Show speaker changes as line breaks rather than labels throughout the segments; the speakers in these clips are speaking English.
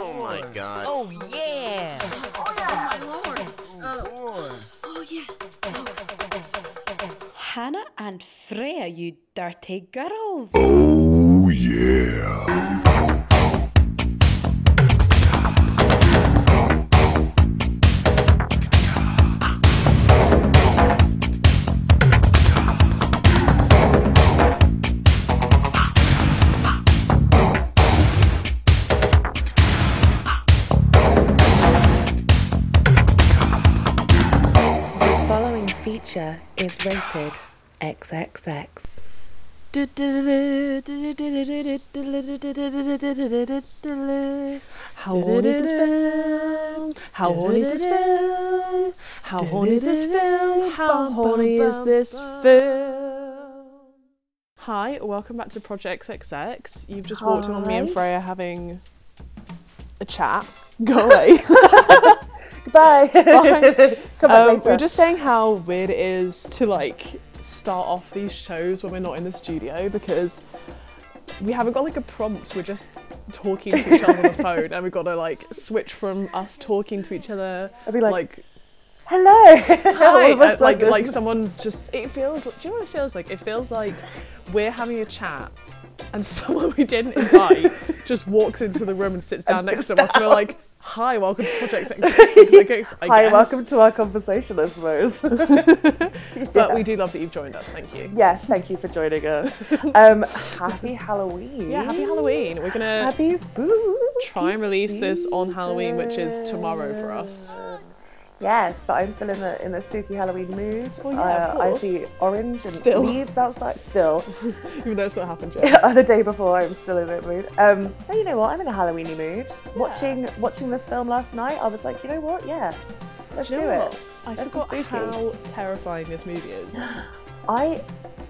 God.
Oh yeah.
Oh, my lord. Uh,
Boy.
oh, yes.
Hannah and Freya, you dirty girls.
Oh yeah.
The following feature is rated XXX.
How horny is this film? How horny is this film? How horny is this film? How horny is this film? Hi, welcome back to Project XX. You've just walked in on me and
Hi.
Freya having a chat. Go away.
Bye.
Bye.
Come back
Um,
later.
we were just saying how weird it is to like start off these shows when we're not in the studio because we haven't got like a prompt. We're just talking to each other on the phone, and we've got to like switch from us talking to each other,
I'd be like,
like
hello.
hi,
All of a
uh, like
sudden.
like someone's just. It feels. Do you know what it feels like? It feels like we're having a chat. And someone we didn't invite just walks into the room and sits down next to us. And we're like, "Hi, welcome to Project X." I
Hi,
guess.
welcome to our conversation, I suppose.
But we do love that you've joined us. Thank you.
yes, thank you for joining us. Um, happy Halloween.
Yeah, happy Halloween. We're gonna
Happy spooky
try and release this on Halloween, which is
season.
tomorrow for us.
Yes, but I'm still in the in the spooky Halloween mood.
Well, Oh, yeah, of
Uh, I
course.
see orange and
Still.
leaves outside. Still,
Even though it's not happened yet.
the day before, I'm still in that mood. Um, but you know what? I'm in a Halloweeny mood. Watching watching this film last night, I was like, you know what? Yeah, let's
Do you
do
know
it.
what? I
Let's be
forgot
spooky.
how terrifying this movie is.
I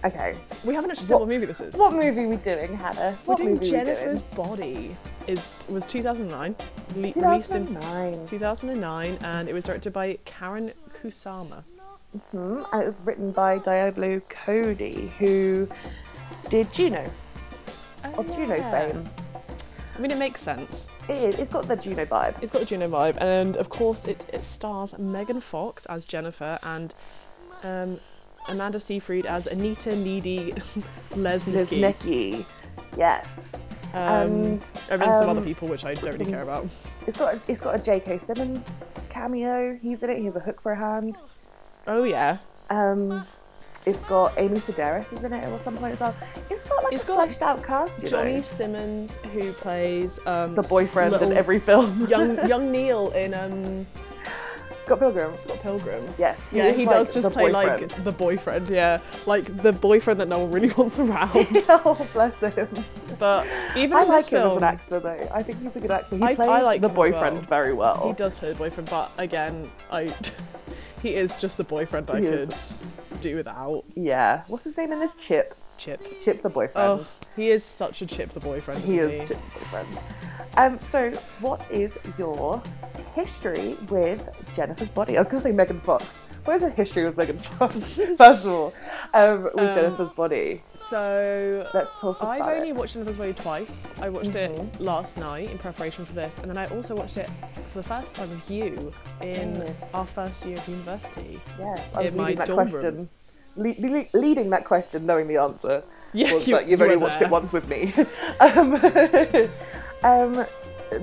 okay.
We haven't actually said what,
What-
movie this is.
What movie are we doing, Hannah?
We're
What
doing
movie
Jennifer's Body. Is was 2009, le-
Two
released
thousand
in
nine,
2009, and it was directed by Karen Kusama.
Hmm, and it was written by Diablo Cody, who did Juno of Juno fame.
I mean, it makes sense.
It, it's got the Juno vibe.
It's got a Juno vibe, and of course, it, it stars Megan Fox as Jennifer and um, Amanda Seyfried as Anita Needy
There's
Lesnicki.
Nicky. Yes.
Um, and
and,
and some other
um,
people which I don't really
some-
care about.
It's got a, it's got a J.K. Simmons cameo. He's in it. He has a hook for a hand.
Oh yeah,
Um, it's got Amy Sedaris is in it or something like that. It's got like
It's
a
got
fleshed out cast. You
Johnny
know?
Simmons who plays um,
the boyfriend
little-
in every film.
young young Neil in um,
Scott Pilgrim.
Scott Pilgrim.
Yes.
Yeah,
is,
he
like,
does just
the
play
boyfriend.
like the boyfriend. Yeah, like the boyfriend that no one really wants around.
oh, bless him.
But even
I
in
like
this
him
film,
as an actor, though. I think he's a good actor. He
I- I
plays
like
the
him as well.
boyfriend very well.
He does play the boyfriend, but again, I he is just the boyfriend I
He
could
is.
do without
Yeah. What's his name in this? Chip.
Chip.
Chip the boyfriend.
Oh, he is such a Chip the boyfriend.
He
isn't
is Chip the boyfriend. Um, so, what is your history with Jennifer's body? I was going to say Megan Fox. What is your history with Megan Fox? First of all, um, with
Um,
Jennifer's body.
So
Let's talk about
I've only
it. Mm-hmm.
watched Jennifer's Body twice. I watched it last night in preparation for this, and then I also watched it for the first time with you in
Good.
our first year of university.
Yes, I was
in my
leading that
dorm
question.
room.
Le- le- leading that question, knowing the answer.
Yeah,
was
you-
that you've
you
only
were
watched
there.
it once with me. um, um,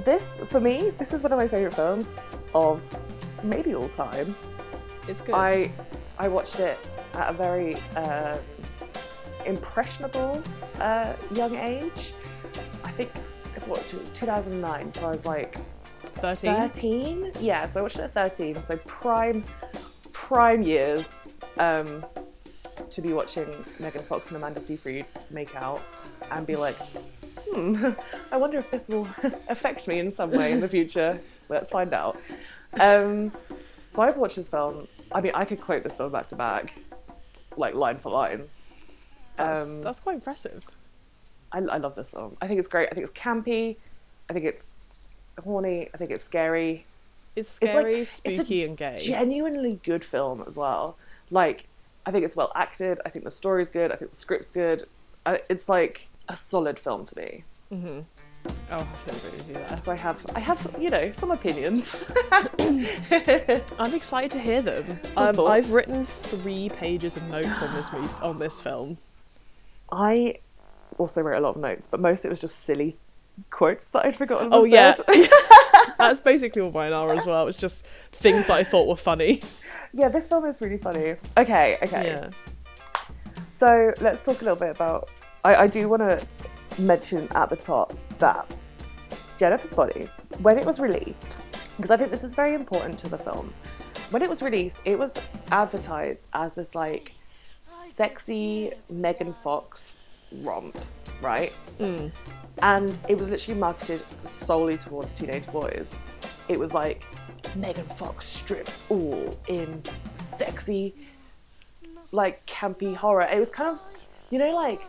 this, for me, this is one of my favourite films of maybe all time.
It's good.
I I watched it at a very um, impressionable uh, young age. I think I watched it 2009, so I was like
13.
13. Yeah, so I watched it at 13, so prime prime years um, to be watching Megan Fox and Amanda Seyfried make out and be like, hmm, I wonder if this will affect me in some way in the future. Let's find out. Um, so I've watched this film. I mean, I could quote this film back to back, like line for line.
That's,
um,
that's quite impressive.
I, I love this film. I think it's great. I think it's campy. I think it's horny. I think it's scary.
It's
like-
scary,
it's a
spooky, and gay.
genuinely good film as well. Like, I think it's well acted. I think the story's good. I think the script's good. I, it's like a solid film to me.
I'll have to agree with you there.
So I have, I have, you know, some opinions.
I'm excited to hear them.
Some
Um,
thoughts.
I've written three pages of notes on this mov- on this film.
I also wrote a lot of notes, but most it was just silly quotes that I'd forgotten.
Oh
was
yeah,
said.
that's basically all mine are as well. It's just things that I thought were funny.
yeah. This film is really funny. Okay, okay.
Yeah,
So let's talk a little bit about. I, I do want to mention at the top that Jennifer's Body, when it was released, because I think this is very important to the film. When it was released, it was advertised as this like sexy Megan Fox romp, right? And it was literally marketed solely towards teenage boys. It was like Megan Fox strips all in sexy like campy horror. It was kind of, you know, like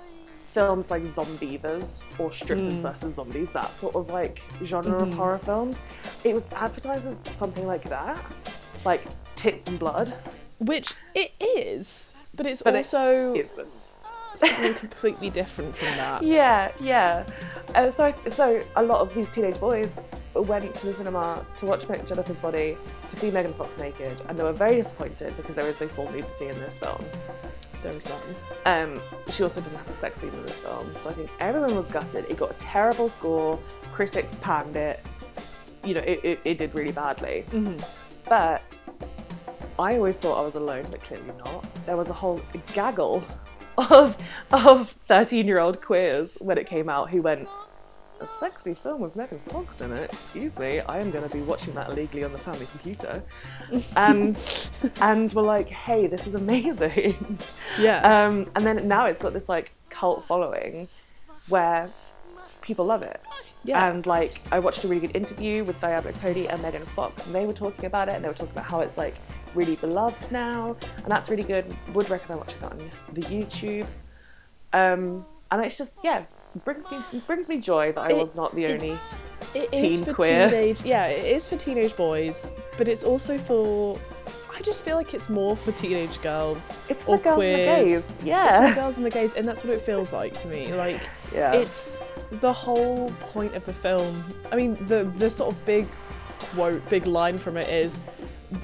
films like Zombievers or Strippers versus Zombies, that sort of like genre of horror films. It was advertised as something like that, like tits and blood.
which it is, but it's
But it
also
It's,
something completely different from that.
yeah, yeah. Uh, so, I- so a lot of these teenage boys went to the cinema to watch Me- Jennifer's Body to see Megan Fox naked, and they were very disappointed because there is no full nudity in this film.
There was none.
Um, she also doesn't have a sex scene in this film, so I think everyone was gutted. It got a terrible score. Critics panned it. You know, it, it, it did really badly. But I always thought I was alone, but clearly not. There was a whole gaggle of of thirteen year old queers when it came out who went. A sexy film with Megan Fox in it. Excuse me, I am going to be watching that illegally on the family computer, and and were like, "Hey, this is amazing."
Yeah,
Um, and then now it's got this like cult following where people love it.
Yeah.
And like I watched a really good interview with Diana Cody and Megan Fox, and they were talking about it, and they were talking about how it's like really beloved now, and that's really good. Would recommend watching that on the YouTube. Um, and it's just yeah, brings me brings me joy that I
It-
was not the
it-
only.
it
teen
is for
queer.
teenage. Yeah, it is for teenage boys, but it's also for. I just feel like it's more for teenage girls
It's
or
for girls
queers.
and the gays.
It's for
Yeah.
girls and the gays, and that's what it feels like to me. Like
Yeah.
it's the whole point of the film. I mean, the the sort of big quote, big line from it is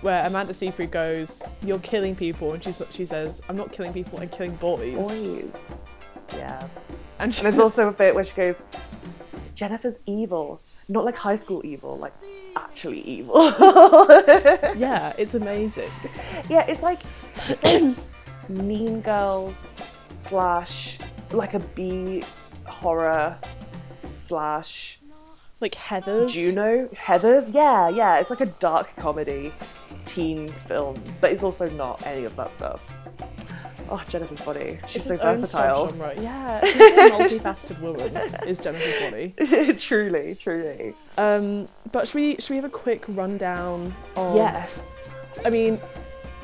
where Amanda Seyfried goes, "You're killing people," and she's she says, "I'm not killing people, I'm killing boys."
Boys. Yeah.
And she,
And there's also a bit where she goes, Jennifer's evil. Not like high school evil, like actually evil.
yeah, it's amazing.
yeah, it's like, it's like Mean Girls slash like a B horror slash
Like Heather's.
Juno Heathers. Yeah, yeah. It's like a dark comedy teen film, but it's also not any of that stuff. Oh, Jennifer's body. She's
It's
so
its
versatile.
Own subgenre. yeah, she's a multifaceted woman is Jennifer's body.
truly, truly.
Um, but should we should we have a quick rundown? Of,
Yes.
I mean,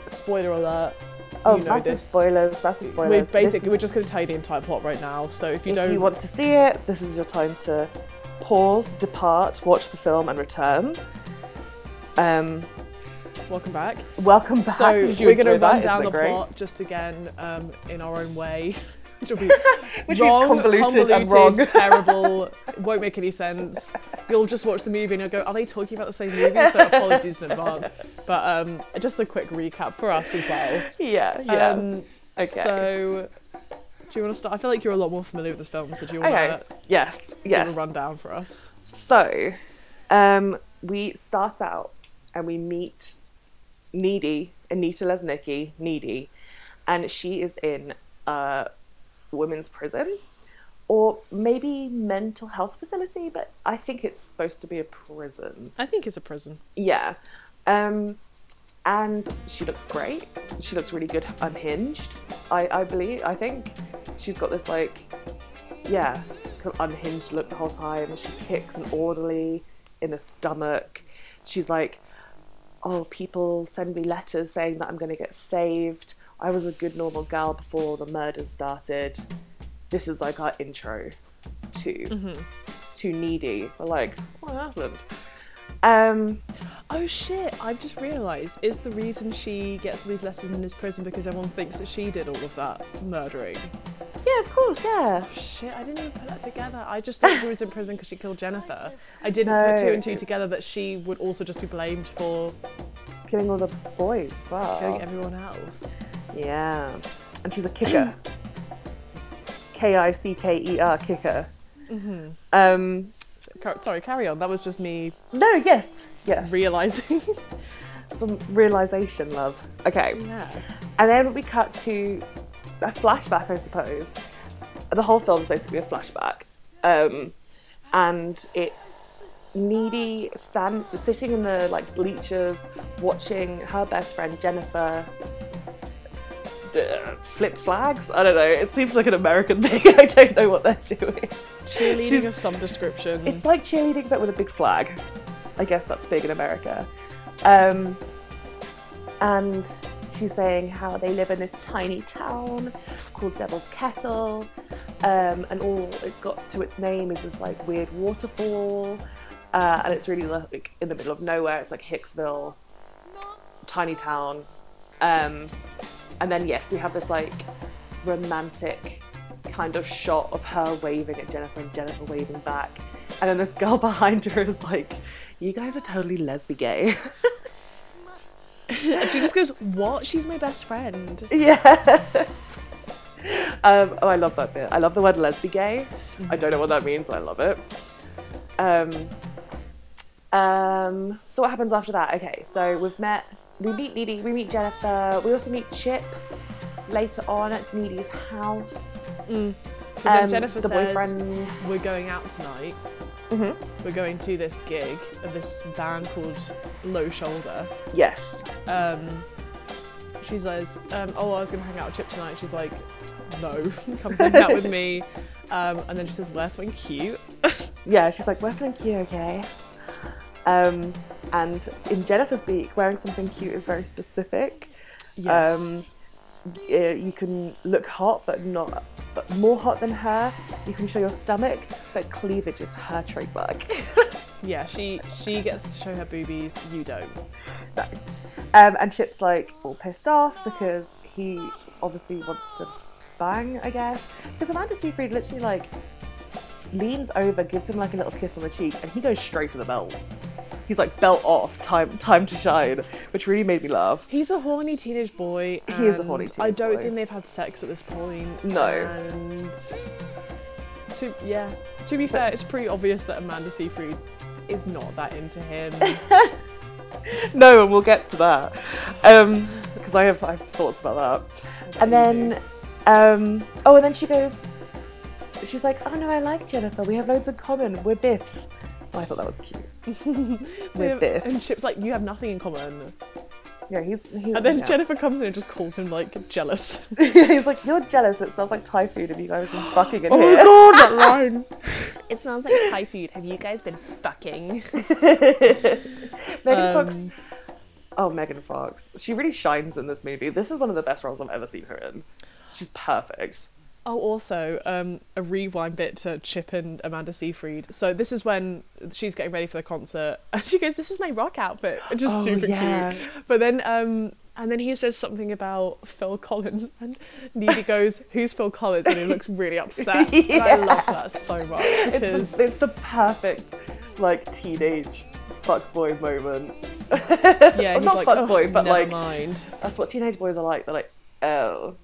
spoiler alert.
Oh,
you know
massive
this.
spoilers, massive spoilers.
We're
This is-
basically we're just going to tell you the entire plot right now. So if you
if
don't,
you want to see it, this is your time to pause, depart, watch the film, and return. Um,
welcome back.
welcome back.
So
Did you
we're going to
enjoy that?
run
Isn't
down
it
the
great?
plot just again um, in our own way, which will be
Which is
wrong,
convoluted and wrong.
convoluted, terrible. it won't make any sense. You'll just watch the movie and you'll go, "Are they talking about the same movie?" So apologies in advance. But um, just a quick recap for us as well.
Yeah, yeah.
Um,
okay.
So, do you want to start? I feel like you're a lot more familiar with this film, so do you want
okay.
to
Yes.
give
Yes.
a rundown for us?
So, um, we start out and we meet Needy, Anita Lesnicki, Needy, and she is in a women's prison or maybe mental health facility, but I think it's supposed to be a prison.
I think it's a prison.
Yeah. Um, and she looks great. She looks really good, unhinged, I, I believe, I think. She's got this, like, yeah, kind of unhinged look the whole time. She kicks an orderly in the stomach. She's like, oh, people send me letters saying that I'm going to get saved. I was a good, normal gal before the murders started. This is like our intro to to needy. We're like, what happened? Um,
Oh shit! I've just realised is the reason she gets all these letters in this prison because everyone thinks that she did all of that murdering.
Yeah, of course, yeah.
Shit, I didn't even put that together. I just thought she was in prison because she killed Jennifer. I didn't put
No.
two and two together that she would also just be blamed for
Killing all the boys. Wow.
killing everyone else.
Yeah. And she's a kicker. K I C K E R, kicker. Um,
Car- Sorry, carry on. That was just me
no, yes, yes.
realizing.
Some realization, love. Okay.
yeah.
And then we cut to a flashback, I suppose. The whole film is basically a flashback. Um, and it's Needy stand, sitting in the like bleachers watching her best friend Jennifer uh, flip flags. I don't know. It seems like an American thing. I don't know what they're doing.
Cheerleading
She's-
of some description.
It's like cheerleading, but with a big flag. I guess that's big in America. Um, and she's saying how they live in this tiny town called Devil's Kettle, um, and all it's got to its name is this like weird waterfall, uh, and it's really like in the middle of nowhere. It's like Hicksville, tiny town. Um, and then yes, we have this like romantic kind of shot of her waving at Jennifer and Jennifer waving back. And then this girl behind her is like, You guys are totally lesbian gay.
And she just goes, What? She's my best friend.
yeah. Um, oh, I love that bit. I love the word lesbian gay. I don't know what that means. I love it. Um, um, so what happens after that? Okay, so we've met, we meet Needy, we meet Jennifer, we also meet Chip later on at Needy's house.
'Cause then
Um,
Jennifer
the
says,
boyfriend. Mm-hmm.
We're going out tonight. We're going to this gig of this band called Low Shoulder.
Yes.
Um, she says, um, Oh, I was going to hang out with Chip tonight. She's like, No, come hang out with me. Um, and then she says, Wear something cute.
Yeah, she's like, wear something cute, okay? Um, and in Jennifer's speak, wearing something cute is very specific.
Yes.
Um, uh, you can look hot, but not but more hot than her. You can show your stomach, but cleavage is her trademark.
yeah, she, she gets to show her boobies. You don't.
No. Um, and Chip's like all pissed off because he obviously wants to bang, I guess. Because Amanda Seyfried literally like leans over, gives him like a little kiss on the cheek, and he goes straight for the belt. He's like belt off, time time to shine, which really made me laugh.
He's a horny teenage boy.
He is a
and
horny
I
teenage
don't
boy.
think they've had sex at this point.
No.
And to yeah, to be fair, it's pretty obvious that Amanda Seyfried is not that into him.
No, and we'll get to that because I have I have thoughts about that. And
you
then, um, oh, and then she goes, she's like, oh no, I like Jennifer. We have loads in common. We're biffs. Oh, I thought that was cute. We're biffs.
and Chip's like, you have nothing in common.
Yeah, he's. he's
And then
yeah.
Jennifer comes in and just calls him like jealous.
he's like, "You're jealous. It smells like Thai food. Have you guys been fucking
Oh,
in here?"
god, that line.
It smells like Thai food. Have you guys been fucking?
Megan
um,
Fox. Oh, Megan Fox. She really shines in this movie. This is one of the best roles I've ever seen her in. She's perfect.
Oh, also um, a rewind bit to Chip and Amanda Seyfried. So this is when she's getting ready for the concert, and she goes, "This is my rock outfit," which is
Oh,
super
yeah.
cute. But then, um, and then he says something about Phil Collins, and Needy goes, "Who's Phil Collins?" and he looks really upset. And I love that so much
It's
because
the, it's the perfect like teenage fuckboy moment.
yeah,
I'm
he's
not
like,
fuckboy,
"Oh,
but
never
like-
mind.
That's what teenage boys are like. They're like, "Oh,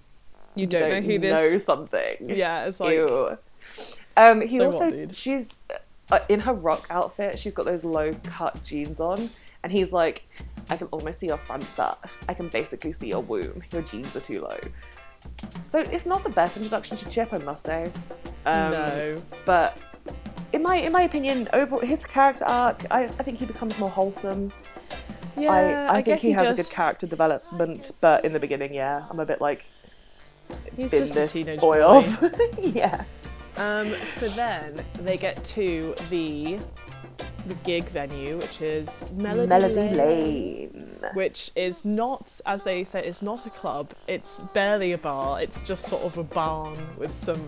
You don't,
don't
know who
know
this."
something."
Yeah, it's like
Ew. Um, he
So what,
also
dude?
she's uh, in her rock outfit. She's got those low cut jeans on, and he's like, "I can almost see your front butt. I can basically see your womb. Your jeans are too low." So it's not the best introduction to Chip, I must say. Um,
no.
but in my in my opinion, overall his character arc, I, I think he becomes more wholesome.
Yeah,
I, I, think
guess
he, has a good
just-
character development, but in the beginning, yeah, I'm a bit like
He's
bin
just a
this
teenage
boy
boy.
off. yeah.
Um, so then they get to the the gig venue, which is Melody,
Melody
Lane,
Lane.
which is not, as they say, it's not a club. It's barely a bar. It's just sort of a barn with some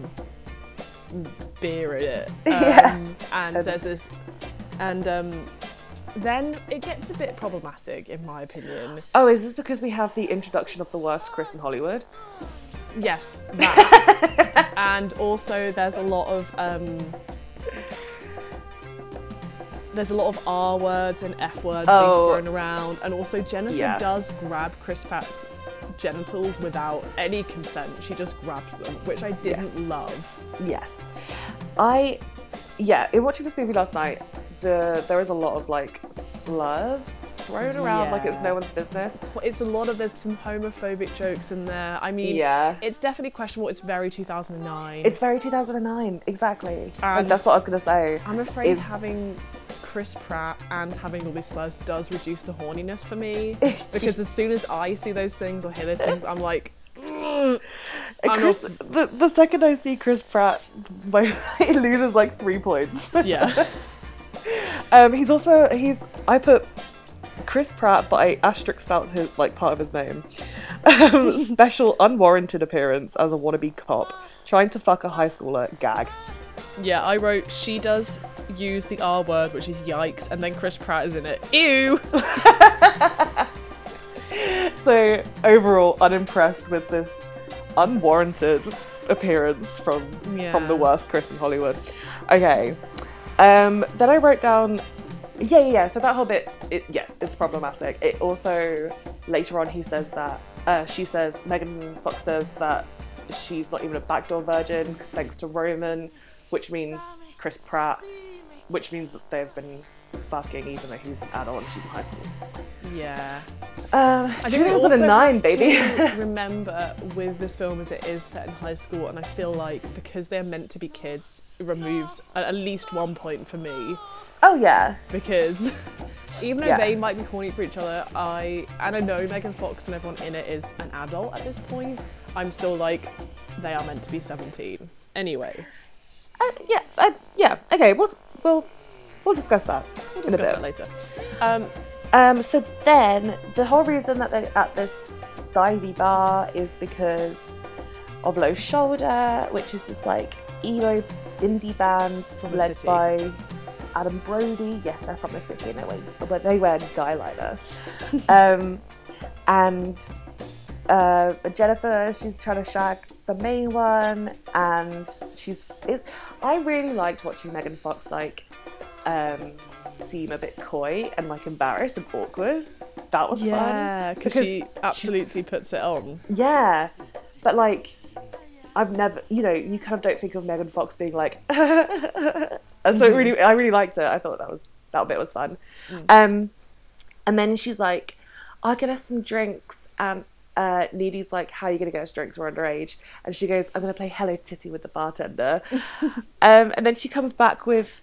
beer in it. Um,
Yeah.
And
Um,
there's this, and um, then it gets a bit problematic, in my opinion.
Oh, is this because we have the introduction of the worst Chris in Hollywood?
Yes, that. and also there's a lot of um, there's a lot of R words and F words
Oh.
being thrown around, and also Jennifer
Yeah.
does grab Chris Pratt's genitals without any consent. She just grabs them, which I didn't
Yes.
love.
Yes. I, yeah, in watching this movie last night, the there is a lot of like slurs thrown around like it's
Yeah.
no one's business.
It's a lot of there's some homophobic jokes in there. I mean,
Yeah.
it's definitely questionable. It's very 2009.
It's very 2009, exactly.
And-
And that's what I was going to say.
I'm afraid
is-
having Chris Pratt and having all these slurs does reduce the horniness for me because as soon as I see those things or hear those things, I'm like,
Uh,
I'm
Chris, the, the second I see Chris Pratt, my, he loses like three points.
yeah,
Um, he's also he's I put Chris Pratt, but I asterisked out his like part of his name. Um, special unwarranted appearance as a wannabe cop trying to fuck a high schooler. Gag.
yeah. I wrote she does use the R word, which is yikes, and then Chris Pratt is in it. Ew.
So overall, unimpressed with this unwarranted appearance from
Yeah.
from the worst Chris in Hollywood. Okay. Um, then I wrote down. Yeah, yeah, yeah. So that whole bit, it, yes, it's problematic. It also later on he says that uh, she says Megan Fox says that she's not even a backdoor virgin 'cause thanks to Roman, which means Chris Pratt, which means that they've been fucking even though he's an adult and she's in high school.
Yeah.
Um,
I think we also
2009,
have
baby.
to remember with this film is it is set in high school, and I feel like because they're meant to be kids, it removes at at least one point for me.
Oh yeah.
because even though
Yeah.
they might be horny for each other, I and I know Megan Fox and everyone in it is an adult at this point. I'm still like, they are meant to be 17. Anyway,
Uh, yeah. Uh, yeah. Okay. We'll we'll we'll discuss that
we'll
in a
discuss
bit.
that later. Um,
Um. So then the whole reason that they're at this divey bar is because of Low Shoulder, which is this like emo indie band
From the
led
city.
by Adam Brody. Yes, they're from the city, and they wear, but they wear guy liner. um, and uh, Jennifer, she's trying to shag the main one, and she's. It's, I really liked watching Megan Fox like um, seem a bit coy and like embarrassed and awkward. That was
yeah,
fun
because she absolutely puts it on.
yeah, but like, I've never, you know, you kind of don't think of Megan Fox being like, and so it really, I really liked it. I thought that was that bit was fun. Um, and then she's like, "I'll get us some drinks." And uh, Needy's like, "How are you gonna get us drinks? We're underage." And she goes, "I'm gonna play Hello Titty with the bartender." um, and then she comes back with.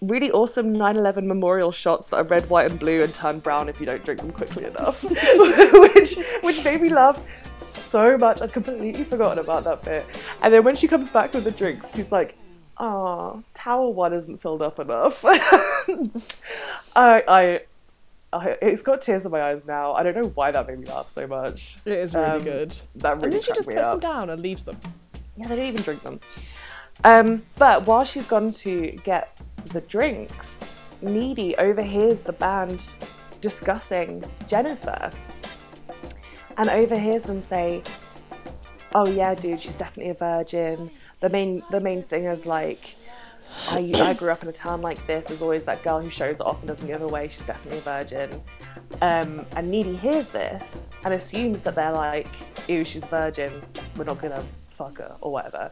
Really awesome 9/11 memorial shots that are red, white, and blue, and turn brown if you don't drink them quickly enough, which which made me laugh so much. I'd completely forgotten about that bit. And then when she comes back with the drinks, she's like, "Oh, towel one isn't filled up enough." I, I, I, it's got tears in my eyes now. I don't know why that made me laugh so much.
It is really
Um,
good.
That really
And then she
cracked
just
me
puts
up.
them down and leaves them.
Yeah, they don't even drink them. Um, but while she's gone to get the drinks, Needy overhears the band discussing Jennifer and overhears them say, Oh, yeah, dude, she's definitely a virgin. The main, the main singer's like, I, I grew up in a town like this. There's always that girl who shows off and doesn't give away. She's definitely a virgin. Um, and Needy hears this and assumes that they're like, ew, she's a virgin. We're not gonna fuck her or whatever.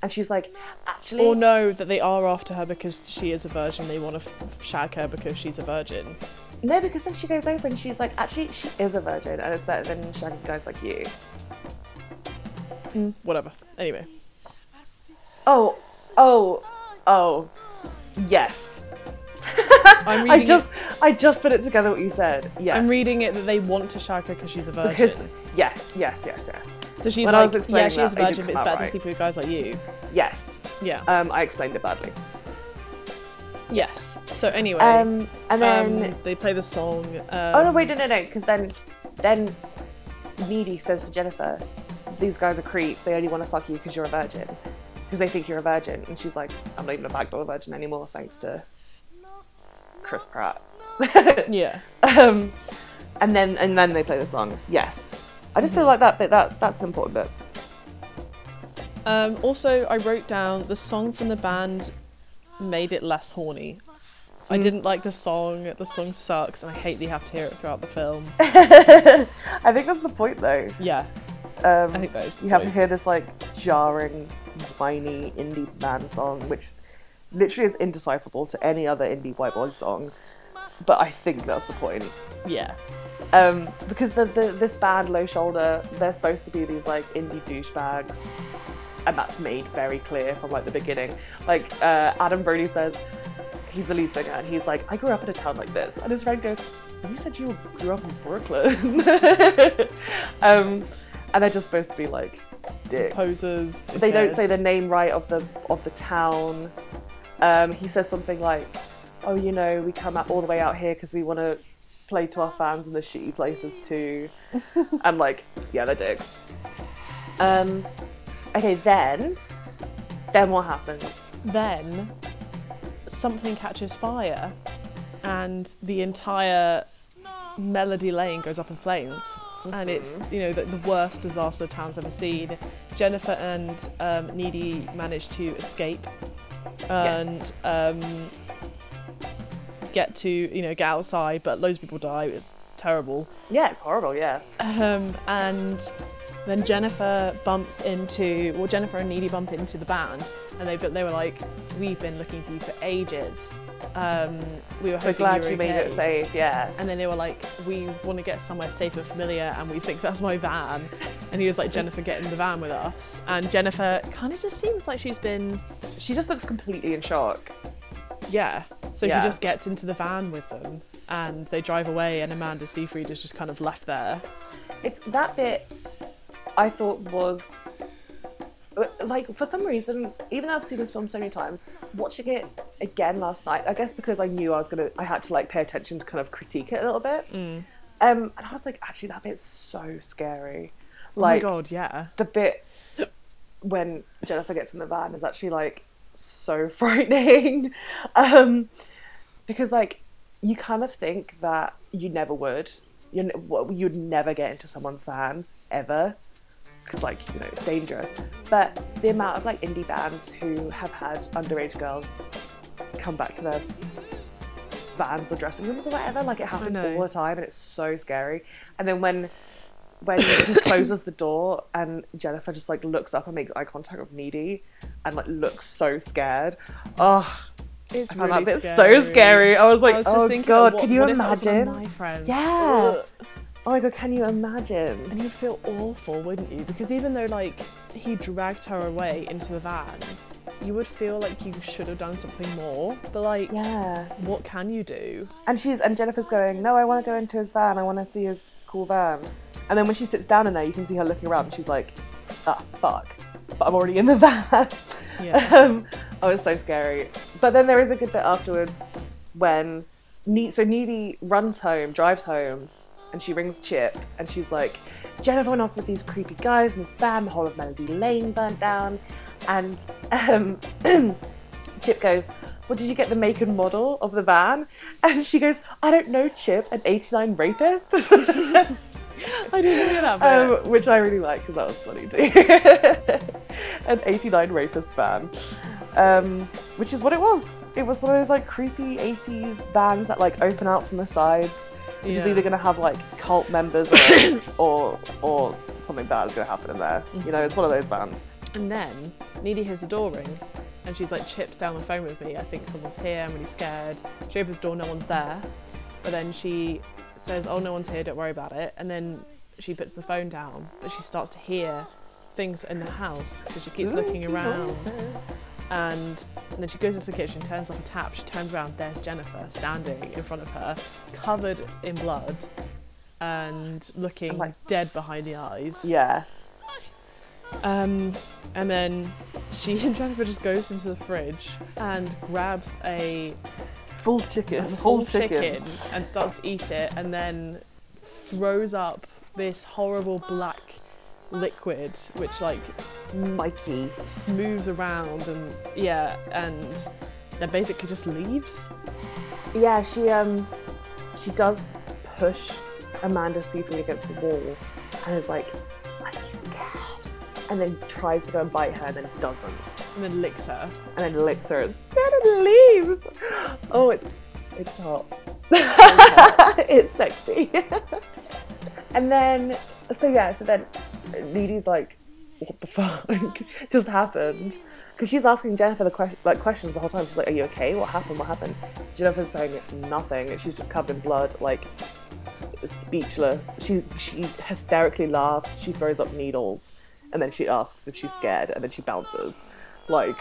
And she's like, actually,
Or know that they are after her because she is a virgin. They want to f- shag her because she's a virgin.
no, because then she goes over and she's like, actually, she is a virgin, and it's better than shagging guys like you.
Whatever. Anyway,
Oh, oh, oh, yes.
I'm reading.
I
it-
just, I just put it together what you said. Yes,
I'm reading it that they want to shag her because she's a virgin.
because yes, yes, yes, yes,
So she's
When I
like,
was explaining
yeah, she is a
that, it did
virgin, but
come
it's
out
better to
right.
sleep with guys like you.
yes.
Yeah.
Um, I explained it badly.
yes. So anyway, um,
Um, and then
they play the song. Um,
Oh no, wait, no, no, no, because then, then Needy says to Jennifer, "These guys are creeps. They only want to fuck you because you're a virgin, because they think you're a virgin." And she's like, "I'm not even a backdoor virgin anymore, thanks to Chris Pratt."
Yeah.
um, and then, and
Mm-hmm.
then they play the song. Yes, I just feel like that bit. That that's an important bit.
Um, also, I wrote down the song from the band made it less horny.
Mm.
I didn't like the song. The song sucks, and I hate that you have to hear it throughout the film.
I think that's the point, though.
Yeah,
Um,
I think that is. The
you have to
point.
hear this like jarring, whiny indie band song, which literally is indecipherable to any other indie white boy song. But I think that's the point.
Yeah,
Um, because the, the, this band, Low Shoulder, they're supposed to be these like indie douchebags, and that's made very clear from like the beginning. Like uh, Adam Brody says, he's the lead singer, and he's like, I grew up in a town like this, and his friend goes, You said you grew up in Brooklyn, um, and they're just supposed to be like dicks
posers.
they don't say the
dickheads.
name right of the of the town. Um, he says something like, "Oh, you know, we come out all the way out here because we want to play to our fans in the shitty places too," and like, yeah, they're dicks. Um, okay, then, then what happens?
then something catches fire and the entire melody lane goes up in flames and it's you know the, the worst disaster town's ever seen jennifer and um, needy manage to escape and um, get to you know get outside but loads of people die it's terrible
Yeah, it's horrible. Yeah,
um, and then Jennifer bumps into, well, Jennifer and Needy bump into the band, and they but they were like, "We've been looking for you for ages. Um, we were
so
hoping
glad
you were
you made
okay."
it safe. Yeah,
And then they were like, "We want to get somewhere safe and familiar, and we think that's my van." And he was like, "Jennifer, get in the van with us." And Jennifer kind of just seems like she's been,
she just looks completely in shock.
yeah. So
Yeah.
she just gets into the van with them, and they drive away. And Amanda Seyfried is just kind of left there. Oh
It's that bit I thought was uh, like for some reason, even though I've seen this film so many times, watching it again last night, I guess because I knew I was gonna, I had to like pay attention to kind of critique it a little bit.
Mm.
Um, and I was like, actually, that bit's so scary. Like
oh my god, yeah.
the bit when Jennifer gets in the van is actually like so frightening. um, because like you kind of think that you never would, you n- w- you'd never get into someone's van ever, because like you know it's dangerous. But the amount of like indie bands who have had underage girls come back to their vans or dressing rooms or whatever, like it happens
know.
all the time, and it's so scary. And then when when he closes the door and Jennifer just like looks up and makes eye contact with Needy and like looks so scared. Oh,
It's
I found that bit so scary. I was like,
I was just
oh
thinking,
god,
what,
can you
what If that was
imagine?
one of my friends?
yeah. Oh my god, can you imagine?
And you'd feel awful, wouldn't you? Because even though like he dragged her away into the van, you would feel like you should have done something more. But like,
Yeah.
what can you do?
And she's and Jennifer's going, no, I want to go into his van. I want to see his cool van. And then when she sits down in there, you can see her looking around. and She's like, ah, fuck. But I'm already in the van.
Yeah.
um, oh, it's so scary. But then there is a good bit afterwards when ne- so Needy runs home, drives home, and she rings Chip, and she's like, Jennifer went off with these creepy guys in this van. The whole of Melody Lane burnt down, and um, Chip goes. Well, did you get the make and model of the van? And she goes, I don't know, Chip, an 89 rapist.
I didn't hear that.
um,
bit.
which I really like because that was funny too. An 89 rapist van, um, which is what it was. It was one of those like creepy 80s vans that like open out from the sides, which is
Yeah.
either going to have like cult members or, or or something bad is going to happen in there. You know, it's one of those vans.
and then Needy hears the door ring, and she's like, "Chips down the phone with me. I think someone's here. I'm really scared." She opens the door. No one's there. But then she says, "Oh, no one's here. Don't worry about it." And then she puts the phone down, but she starts to hear things in the house, so she keeps looking around. And then she goes into the kitchen, turns off a tap. She turns around. There's Jennifer standing in front of her, covered in blood, and looking
like-
dead behind the eyes.
Yeah,
Um, and then she and Jennifer just goes into the fridge and grabs a,
full chicken,
a full chicken. and starts to eat it, and then throws up this horrible black liquid, which like
spiky.
smooths around and yeah, and then basically just leaves.
Yeah, she um she does push Amanda Seyfried against the wall and is like, Are you scared? And and then tries to go and bite her and then doesn't.
and then licks her.
And then licks her instead and leaves. Oh, it's it's hot. it's sexy. and then so yeah, so then Needy's like, what the fuck just happened? Because she's asking Jennifer the question, like questions the whole time. She's like, "Are you okay? What happened? What happened?" Jennifer's saying nothing. She's just covered in blood, like speechless. She she hysterically laughs. She throws up needles, and then she asks if she's scared, and then she bounces. Like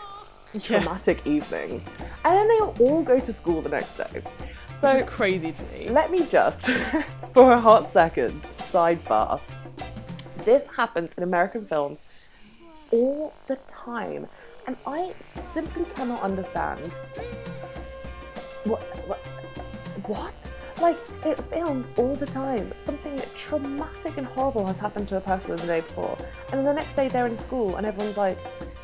traumatic evening. And then they all go to school the next day. So
Which is crazy to me.
let me just, for a hot second, sidebar. This happens in American films all the time, and I simply cannot understand what, what, what? Like it films all the time. Something traumatic and horrible has happened to a person the day before, and then the next day they're in school, and everyone's like,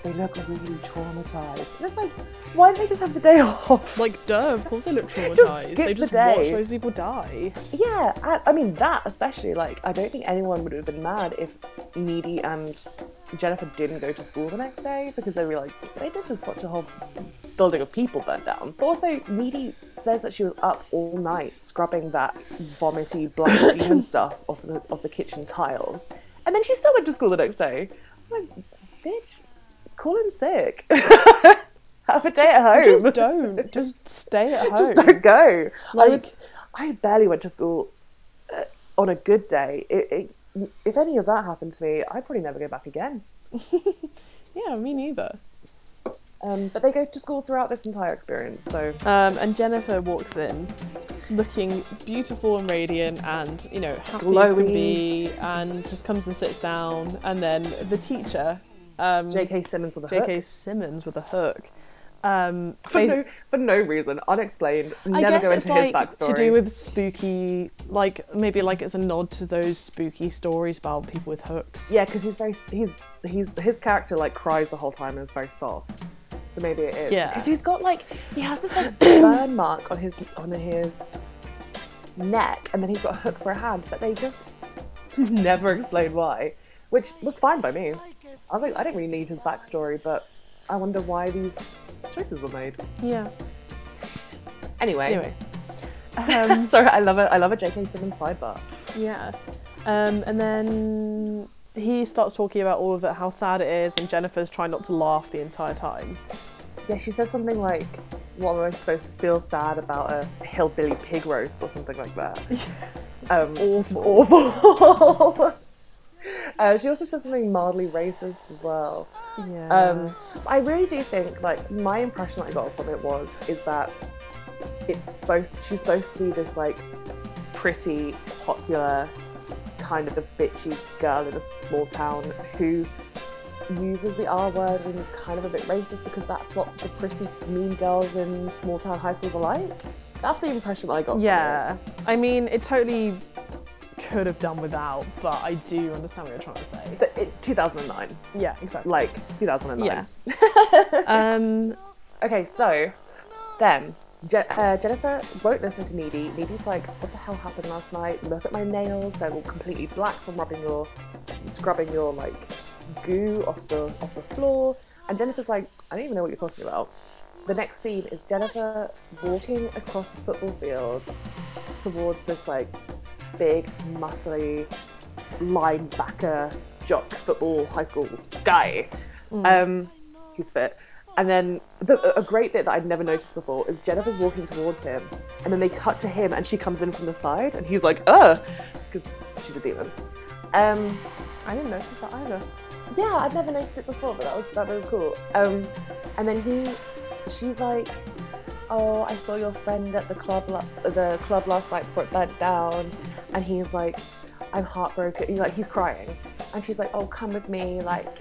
they look really traumatized. And it's like, why don't they just have the day off?
Like, duh, of course they look traumatized.
Just skip
they
the
just watch
day.
those people die.
Yeah, I, I mean that especially. Like, I don't think anyone would have been mad if Needy and Jennifer didn't go to school the next day because they'd be like, they did just watch a whole building of people burn down. But also, Needy says that she was up all night scrubbing that vomity black demon stuff off the off the kitchen tiles, and then she still went to school the next day. I'm like, bitch, call in sick. Have a day at home.
Just don't. Just stay at home.
Just don't go. I,
Like-
would, I barely went to school uh, on a good day. It, it, if any of that happened to me, I'd probably never go back again.
Yeah, me neither.
Um, but they go to school throughout this entire experience, so
Um, and Jennifer walks in, looking beautiful and radiant, and you know happy as can
Glowing.
be, and just comes and sits down. And then the teacher, um,
J.K. Simmons with a hook.
J.K. Simmons, with a hook. Um,
For
bas-
no, for no reason, unexplained. Never
I guess
go
it's
into his
like
backstory.
to do with spooky, like maybe like it's a nod to those spooky stories about people with hooks.
yeah, because he's very s- he's he's his character like cries the whole time and is very soft. So maybe it is.
Yeah.
because he's got like he has this like burn mark on his on his neck, and then he's got a hook for a hand, but they just never explain why, which was fine by me. I was like, I didn't really need his backstory, but I wonder why these choices were made.
yeah.
Anyway, Um,
Anyway,
sorry, I love it. I love a J.K. Simmons sidebar.
Yeah. Um, and then he starts talking about all of it, how sad it is, and Jennifer's trying not to laugh the entire time.
Yeah, she says something like, "What am I supposed to feel sad about a hillbilly pig roast or something like that?" um, awful. Awful. uh, she also says something mildly racist as well.
Yeah.
Um, I really do think, like, my impression that I got from it was is that it's supposed she's supposed to be this like pretty, popular, kind of a bitchy girl in a small town who uses the R word and is kind of a bit racist because that's what the pretty mean girls in small town high schools are like. That's the impression I got.
yeah. I mean, it totally could have done without, but I do understand what you're trying to say.
from it. but it, 2009,
yeah, exactly.
like 2009.
yeah. um,
Okay, so then Je- uh, Jennifer won't listen to Needy. Needy's like, "What the hell happened last night? Look at my nails; they're all completely black from rubbing your, scrubbing your like goo off the off the floor." And Jennifer's like, "I don't even know what you're talking about." The next scene is Jennifer walking across the football field towards this like big, muscly linebacker, jock, football, high school guy.
Mm.
Um, he's fit. And then the, a great bit that I'd never noticed before is Jennifer's walking towards him, and then they cut to him, and she comes in from the side, and he's like, "Uh," because she's a demon. Um,
I didn't notice that either.
yeah, I'd never noticed it before, but that was that was cool. Um, and then he, she's like, "Oh, I saw your friend at the club, la- the club last night before it burnt down," and he's like, "I'm heartbroken." He's like he's crying, and she's like, "Oh, come with me." Like,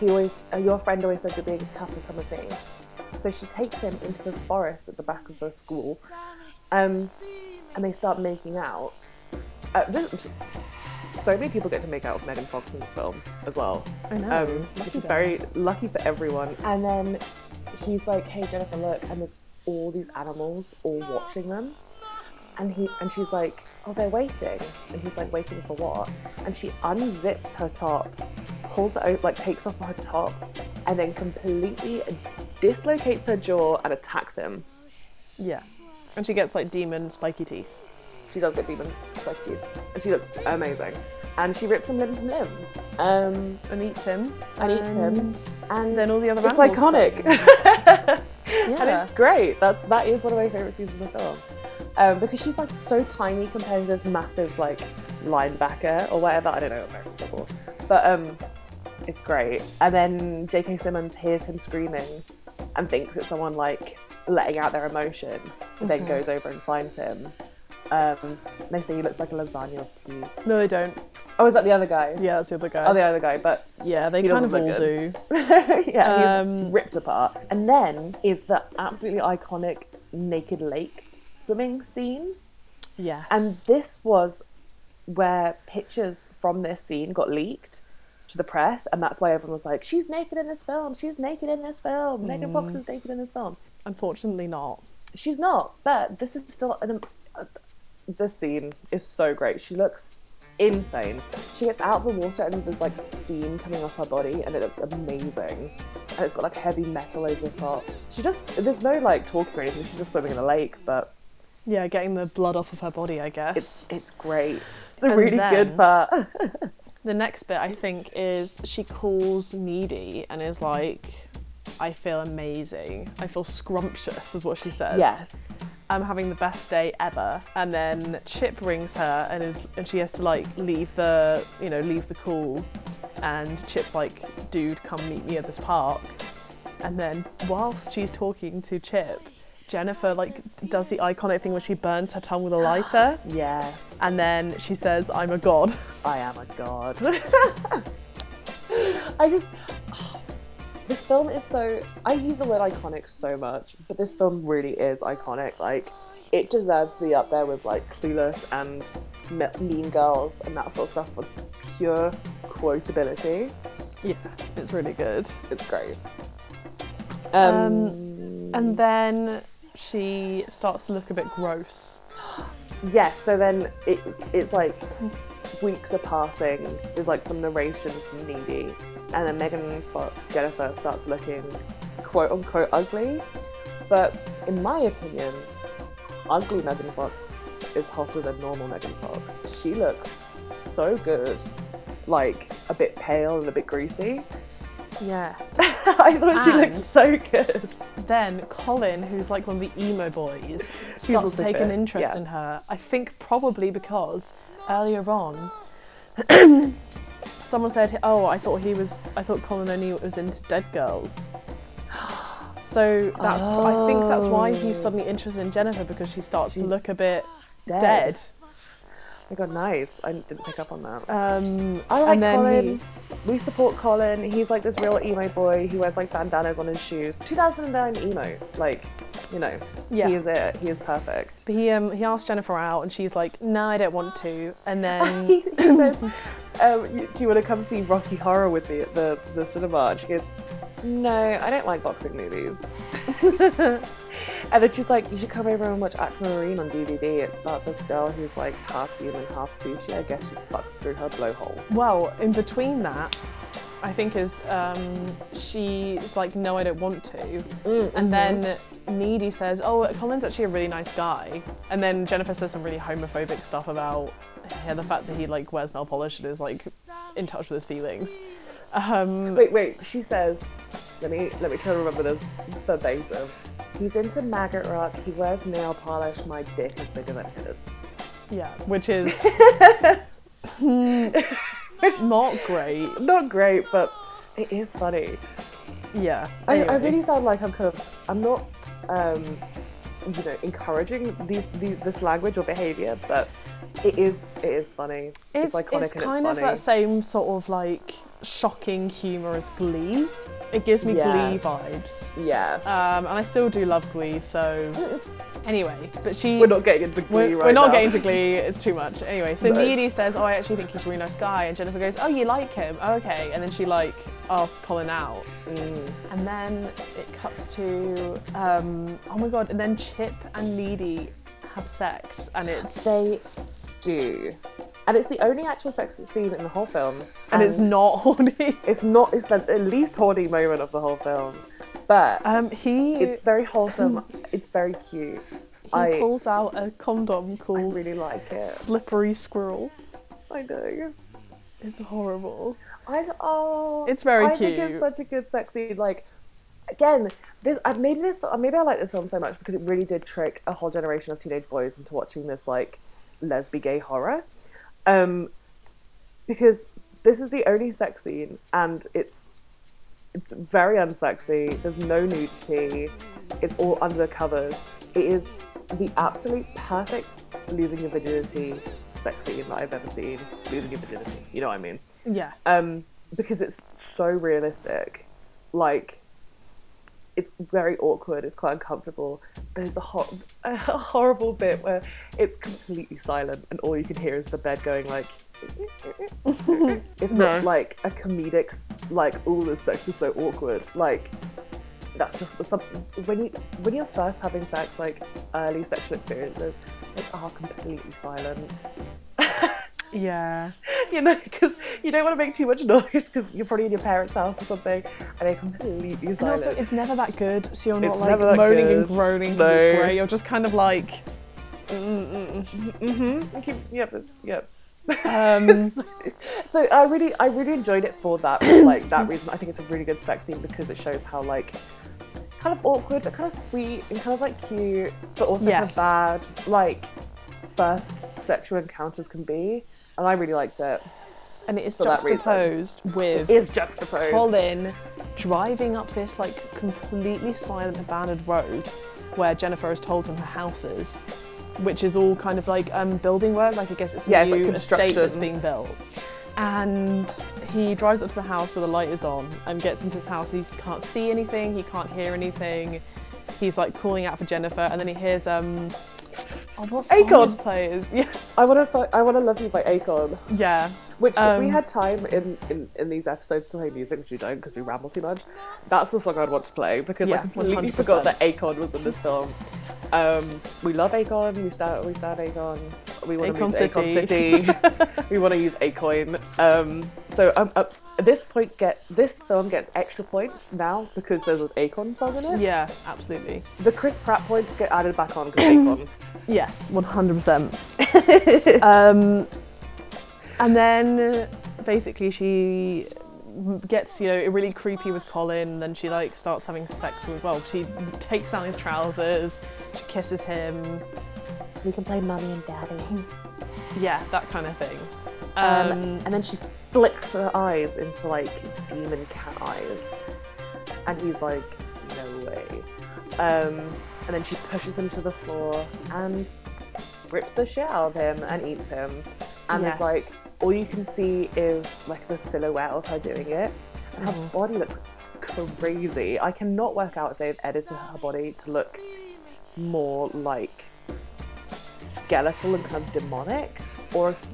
he always, uh, your friend always said you're being a couple, come with me. So she takes him into the forest at the back of the school, um, and they start making out. Uh, this, so many people get to make out with Megan Fox in this film as well. I
know.
Um, which is very lucky for everyone. And then he's like, "Hey Jennifer, look!" And there's all these animals all watching them. And he and she's like, "Oh, they're waiting." And he's like, "Waiting for what?" And she unzips her top pulls it out, like takes off her top, and then completely dislocates her jaw and attacks him.
Yeah. And she gets like demon spiky teeth.
She does get demon collected, and she looks amazing. And she rips him limb from limb, um,
And eats him.
and eats him. And
then all the other
it's
animals
iconic, and
Yeah.
it's great. That's that is one of my favorite scenes of the film, um, because she's like so tiny compared to this massive like linebacker or whatever. I don't know what they're called, but um, it's great. And then J.K. Simmons hears him screaming, and thinks it's someone like letting out their emotion.
Mm-hmm.
Then goes over and finds him. Um, they say he looks like a lasagna of teeth.
No, they don't.
Oh, is that the other guy?
Yeah, that's the other guy.
Oh, the other guy, but
Uh, yeah, they
He
kind
doesn't
of all
look
do.
yeah, he's
Um,
ripped apart. And then is the absolutely iconic naked lake swimming scene.
Yes.
And this was where pictures from this scene got leaked to the press, and that's why everyone was like, "She's naked in this film. She's naked in this film. Megan Fox is naked in this film."
unfortunately not.
She's not, but this is still an. Uh, this scene is so great. She looks insane. She gets out of the water and there's like steam coming off her body, and it looks amazing. And it's got like heavy metal over the top. She just there's no like talking or anything. She's just swimming in a lake, but
Yeah, getting the blood off of her body, I guess.
it's it's great. It's a
And
really
then-
good part.
The next bit I think is she calls Needy and is like, I feel amazing. I feel scrumptious, is what she says.
Yes.
I'm having the best day ever. And then Chip rings her and is and she has to like leave the you know, leave the call. And Chip's like, dude, come meet me at this park. And then whilst she's talking to Chip, Jennifer like does the iconic thing where she burns her tongue with a lighter
Yes.
and then she says, I'm a god.
I am a god. I just. this film is so. I use the word iconic so much, but this film really is iconic. Like, it deserves to be up there with like Clueless and Me- Mean Girls and that sort of stuff for pure quotability.
Yeah, it's really good.
It's great. Um,
And then she starts to look a bit gross.
yes, so then it, it's like weeks are passing. There's like some narration from Needy, and then Megan Fox, Jennifer starts looking quote unquote ugly. But in my opinion, ugly Megan Fox is hotter than normal Megan Fox. She looks so good, like a bit pale and a bit greasy.
Yeah.
I thought she looked
And-
so good.
Then Colin, who's like one of the emo boys, starts to
also
take an
fit,
interest
yeah.
in her. I think probably because earlier on, someone said, "Oh, I thought he was. I thought Colin only was into dead girls." So that's, I think that's why
Oh.
he's suddenly interested in Jennifer because she starts to look a bit
Dead.
dead.
Oh my god, nice. I didn't pick up on that.
Um,
I like
and then
Colin. We support Colin. He's like this real emo boy. He wears like bandanas on his shoes. 2009 emo. Like, you know,
Yeah.
he is it. He is perfect.
He um he asked Jennifer out and she's like, "No, I don't want to." And then
He, he says, um, "You- Do you want to come see Rocky Horror with me at the, the cinema? And she goes, No, I don't like boxing movies. and then she's like, You should come over and watch Aquamarine on DVD. It's about this girl who's like half human, half sushi. I guess she fucks through her blowhole.
well, in between that, I think is um she's like, "No, I don't want to." Mm,
Mm-hmm.
And then Needy says, "Oh, Colin's actually a really nice guy." And then Jennifer says some really homophobic stuff about yeah, the fact that he like wears nail polish and is like in touch with his feelings. Um,
Wait, wait. She says, "Let me, let me try to remember this verbatim." He's into maggot rock. He wears nail polish. My dick is bigger than his.
yeah, which is not great.
Not great, but it is funny.
Yeah,
I, I
anyway.
really sound like I'm kind of, I'm not, um, you know, encouraging these, these this language or behaviour, but it is, it is funny. It's, iconic and
kind
it's
of
funny.
that same sort of like shocking humour as Glee. It gives me
Yeah.
Glee vibes,
yeah.
um, and I still do love Glee. So anyway, but she
Mm. we're not getting into
we're,
glee right
we're not
now.
getting to Glee. It's too much. Anyway, so
No.
Needy says, "Oh, I actually think he's a really nice guy," and Jennifer goes, "Oh, you like him? Oh, okay." And then she like asks Colin out,
Mm.
and then it cuts to um, oh my god, and then Chip and Needy have sex, and it's
They do. And it's the only actual sex scene in the whole film.
and it's not horny.
It's not. It's the, the least horny moment of the whole film, but
Um, he
it's very wholesome. it's very cute.
he
I,
pulls out a condom
I
called
really like it.
Slippery Squirrel.
I know.
It's horrible.
I oh.
It's very
I think it's
cute.
such a good sexy like. Again, this I've maybe this uh, maybe I like this film so much because it really did trick a whole generation of teenage boys into watching this like lesbian gay horror, um, because this is the only sex scene and it's it's very unsexy. There's no nudity. It's all under covers. It is the absolute perfect losing your virginity sex scene that I've ever seen. Losing your virginity, you know what I mean?
Yeah.
um, because it's so realistic. Like, it's very awkward. It's quite uncomfortable. There's a, hot, a horrible bit where it's completely silent, and all you can hear is the bed going like. it's not like a comedic, s- like all this sex is so awkward. Like, that's just some when you when you're first having sex, like early sexual experiences, they are completely silent
Yeah.
you know, because you don't want to make too much noise because you're probably in your parents' house or something, and they're completely
And also,
silent.
it's never that good, so you're not
It's
like
never that
moaning and
good.
groaning.
No.
No. It's great. You're just kind of like,
mm-hmm. Keep, yep, yep.
um,
So I really, I really enjoyed it for that, for, like that reason. I think it's a really good sex scene because it shows how like kind of awkward, but kind of sweet and kind of like cute, but also
Yes.
kind of bad. Like first sexual encounters can be, and I really liked it.
and it is
For that reason.
juxtaposed with
It's juxtaposed.
Colin driving up this like completely silent abandoned road where Jennifer has told him her house is, which is all kind of like um, building work. Like I guess it's a
Yeah, it's like
new estate that's
construction.
being built. And he drives up to the house where the light is on and gets into his house. He s- can't see anything. He can't hear anything. He's like calling out for Jennifer, and then he hears um. Oh, what song
Akon.
is playing? Yeah,
I wanna, fu- I wanna love you by Akon.
yeah.
Which, if we
Um,
had time in, in, in these episodes to play music, which we don't because we ramble too much, that's the song I'd want to play because I
Yeah,
completely
100%.
forgot that Akon was in this film. Um, we love Akon, we stand, we stand Akon, we want to
Akon
move to Akon City, we want to use Acoin. Um, so um, uh, at this point, get this film gets extra points now because there's an Akon song in it.
Yeah, absolutely.
The Chris Pratt points get added back on because Akon.
Yes, one hundred percent. Um, And then basically she gets you know really creepy with Colin. Then she like starts having sex with. Well, she takes down his trousers, she kisses him.
We can play Mummy and Daddy.
Yeah, that kind of thing.
Um,
Um,
and then she flicks her eyes into like demon cat eyes. And he's like, no way. Um, and then she pushes him to the floor and rips the shit out of him and eats him. And
Yes.
there's like, all you can see is like the silhouette of her doing it. And her body looks crazy. I cannot work out if they've edited her body to look more like skeletal and kind of demonic, or if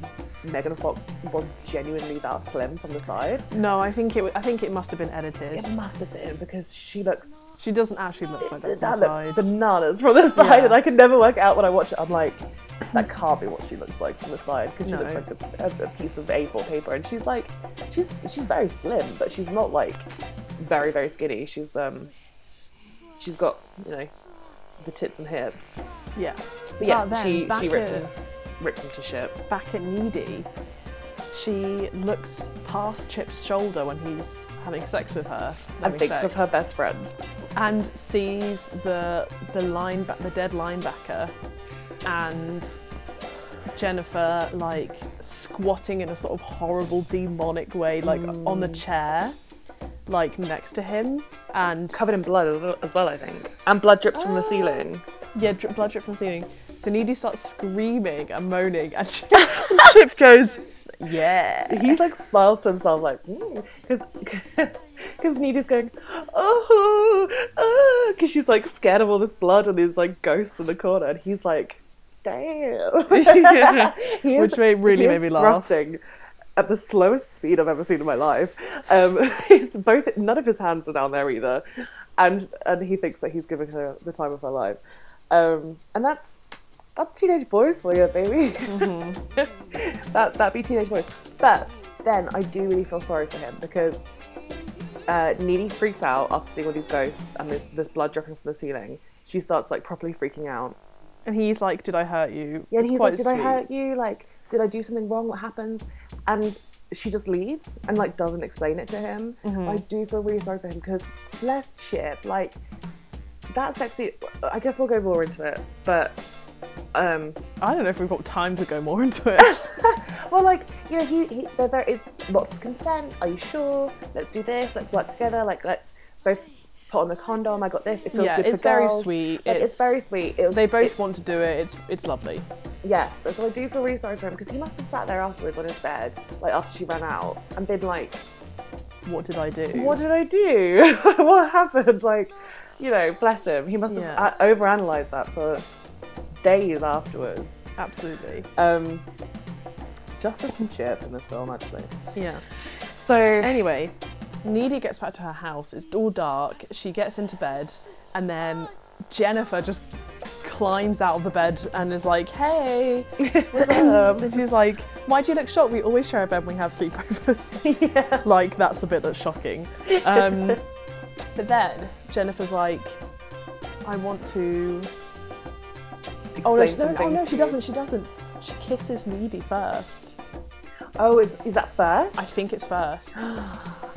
Megan Fox was genuinely that slim from the side.
no, I think it. wa- I think it must have been edited.
It must have been because she looks
She doesn't actually look like that.
that
from the
looks
side.
bananas from the side,
Yeah.
and I can never work out when I watch it. I'm like, that can't be what she looks like from the side because she
No.
looks like a, a, a piece of A4 paper, and she's like, she's she's very slim, but she's not like very very skinny. She's um, she's got you know the tits and hips.
yeah.
But yes,
But then,
she
back
she rips
at-
him, rips him to shit.
back at Needy, she looks past Chip's shoulder when he's having sex with her.
and
having
thinks of
sex,
her best friend.
and sees the the line the dead linebacker and Jennifer like squatting in a sort of horrible demonic way, like on the chair, like next to him, and
Covered in blood as well- as well, I think. And blood drips
Oh.
from the ceiling.
yeah, drip, blood drip from the ceiling. So Needy starts screaming and moaning, and Chip, and Chip goes, "Yeah."
He like smiles to himself like, because because Nita's going, oh, because she's like scared of all this blood and these like ghosts in the corner, and he's like, damn. He is-
Which made- really
he
made
is
me laugh.
thrusting at the slowest speed I've ever seen in my life. Um, he's both none of his hands are down there either, and and he thinks that he's giving her the time of her life, um, and that's that's teenage boys for you, baby. that that be teenage boys. But then I do really feel sorry for him because uh, Needy freaks out after seeing all these ghosts and there's, there's blood dripping from the ceiling. She starts like properly freaking out.
And he's like, Did I hurt you?
Yeah, and
It's
he's
quite
like, "Did I
sweet.
hurt you? Like, did I do something wrong? What happened?" And she just leaves and like doesn't explain it to him.
Mm-hmm.
I do feel really sorry for him because bless Chip, like that sexy. I guess we'll go more into it, but um,
I don't know if we've got time to go more into it.
well, like you know, he, he there, there is lots of consent. Are you sure? Let's do this. Let's work together. Like, let's both put on the condom. I got this. It feels
Yeah,
good for
it's very
girls.
sweet.
Like, it's,
It's-
very sweet. It was,
they both want to do it. It's it's lovely.
Yes, and so I do feel really sorry for him because he must have sat there afterwards on his bed, like after she ran out, and been like,
What did I do?
"What did I do? what happened?" Like, you know, bless him. He must
Yeah.
have uh, overanalyzed that for days afterwards.
Absolutely.
Um, justice and chip in this film, actually.
Yeah.
So
Anyway, Needy gets back to her house. It's all dark. She gets into bed, and then Jennifer just climbs out of the bed and is like, "Hey, what's up?" and she's like, "Why do you look shocked? We always share a bed when we have sleepovers. like that's the bit that's shocking." Um, but then Jennifer's like, "I want to."
explain
Oh no, she,
some
no, oh,
things
no,
to
she
you.
doesn't. She doesn't. She kisses Needy first.
Oh, is, is that first?
I think it's first.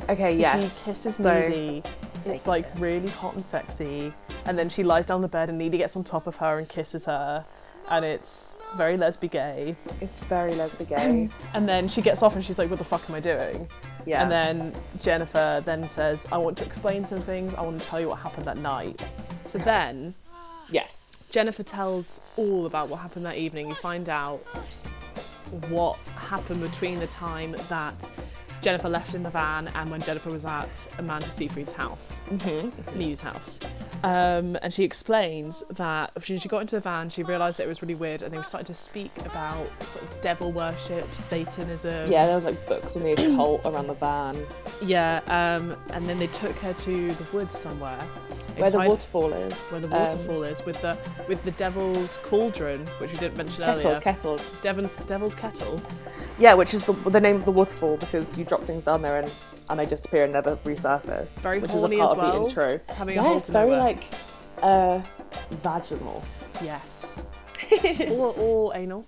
okay,
So
yes.
She kisses
So-
Needy. It's like really hot and sexy. And then she lies down on the bed and Needy gets on top of her and kisses her. And it's very lesbian gay.
It's very lesbian gay.
And then she gets off and she's like, What the fuck am I doing?
yeah.
And then Jennifer then says, I want to explain some things. I want to tell you what happened that night. So then
yes.
Jennifer tells all about what happened that evening. You find out what happened between the time that Jennifer left in the van and when Jennifer was at Amanda Seyfried's house, mm-hmm. Needy's house. Um, and she explains that when she got into the van, she realised that it was really weird, and they started to speak about sort of devil worship, Satanism.
Yeah, there was like books and the occult around the van
Yeah, um, and then they took her to the woods somewhere. They
where the
tied-
waterfall is.
where the
Um,
waterfall is, with the with the devil's cauldron, which we didn't mention
Um, Kettle,
earlier.
kettle.
Devon's devil's kettle.
Yeah, which is the, the name of the waterfall because you drop things down there and, and they disappear and never resurface.
Very
which
horny
is a part
as
of
well.
the intro.
Having a
yeah,
hole
it's
to
very
nowhere.
like uh, vaginal
Yes. or, or anal.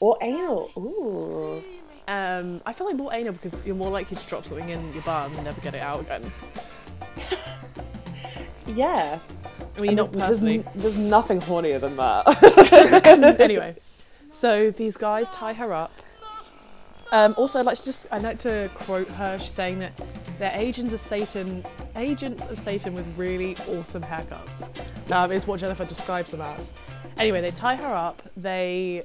or anal. Ooh,
Um, I feel like more anal because you're more likely to drop something in your bum and never get it out again.
yeah.
I mean, not
there's,
personally.
n- there's nothing hornier than that.
anyway, so these guys tie her up. Um, also, I'd like to just I'd like to quote her. She's saying that they're agents of Satan, agents of Satan with really awesome haircuts. Um, is what Jennifer describes them as. Anyway, they tie her up. They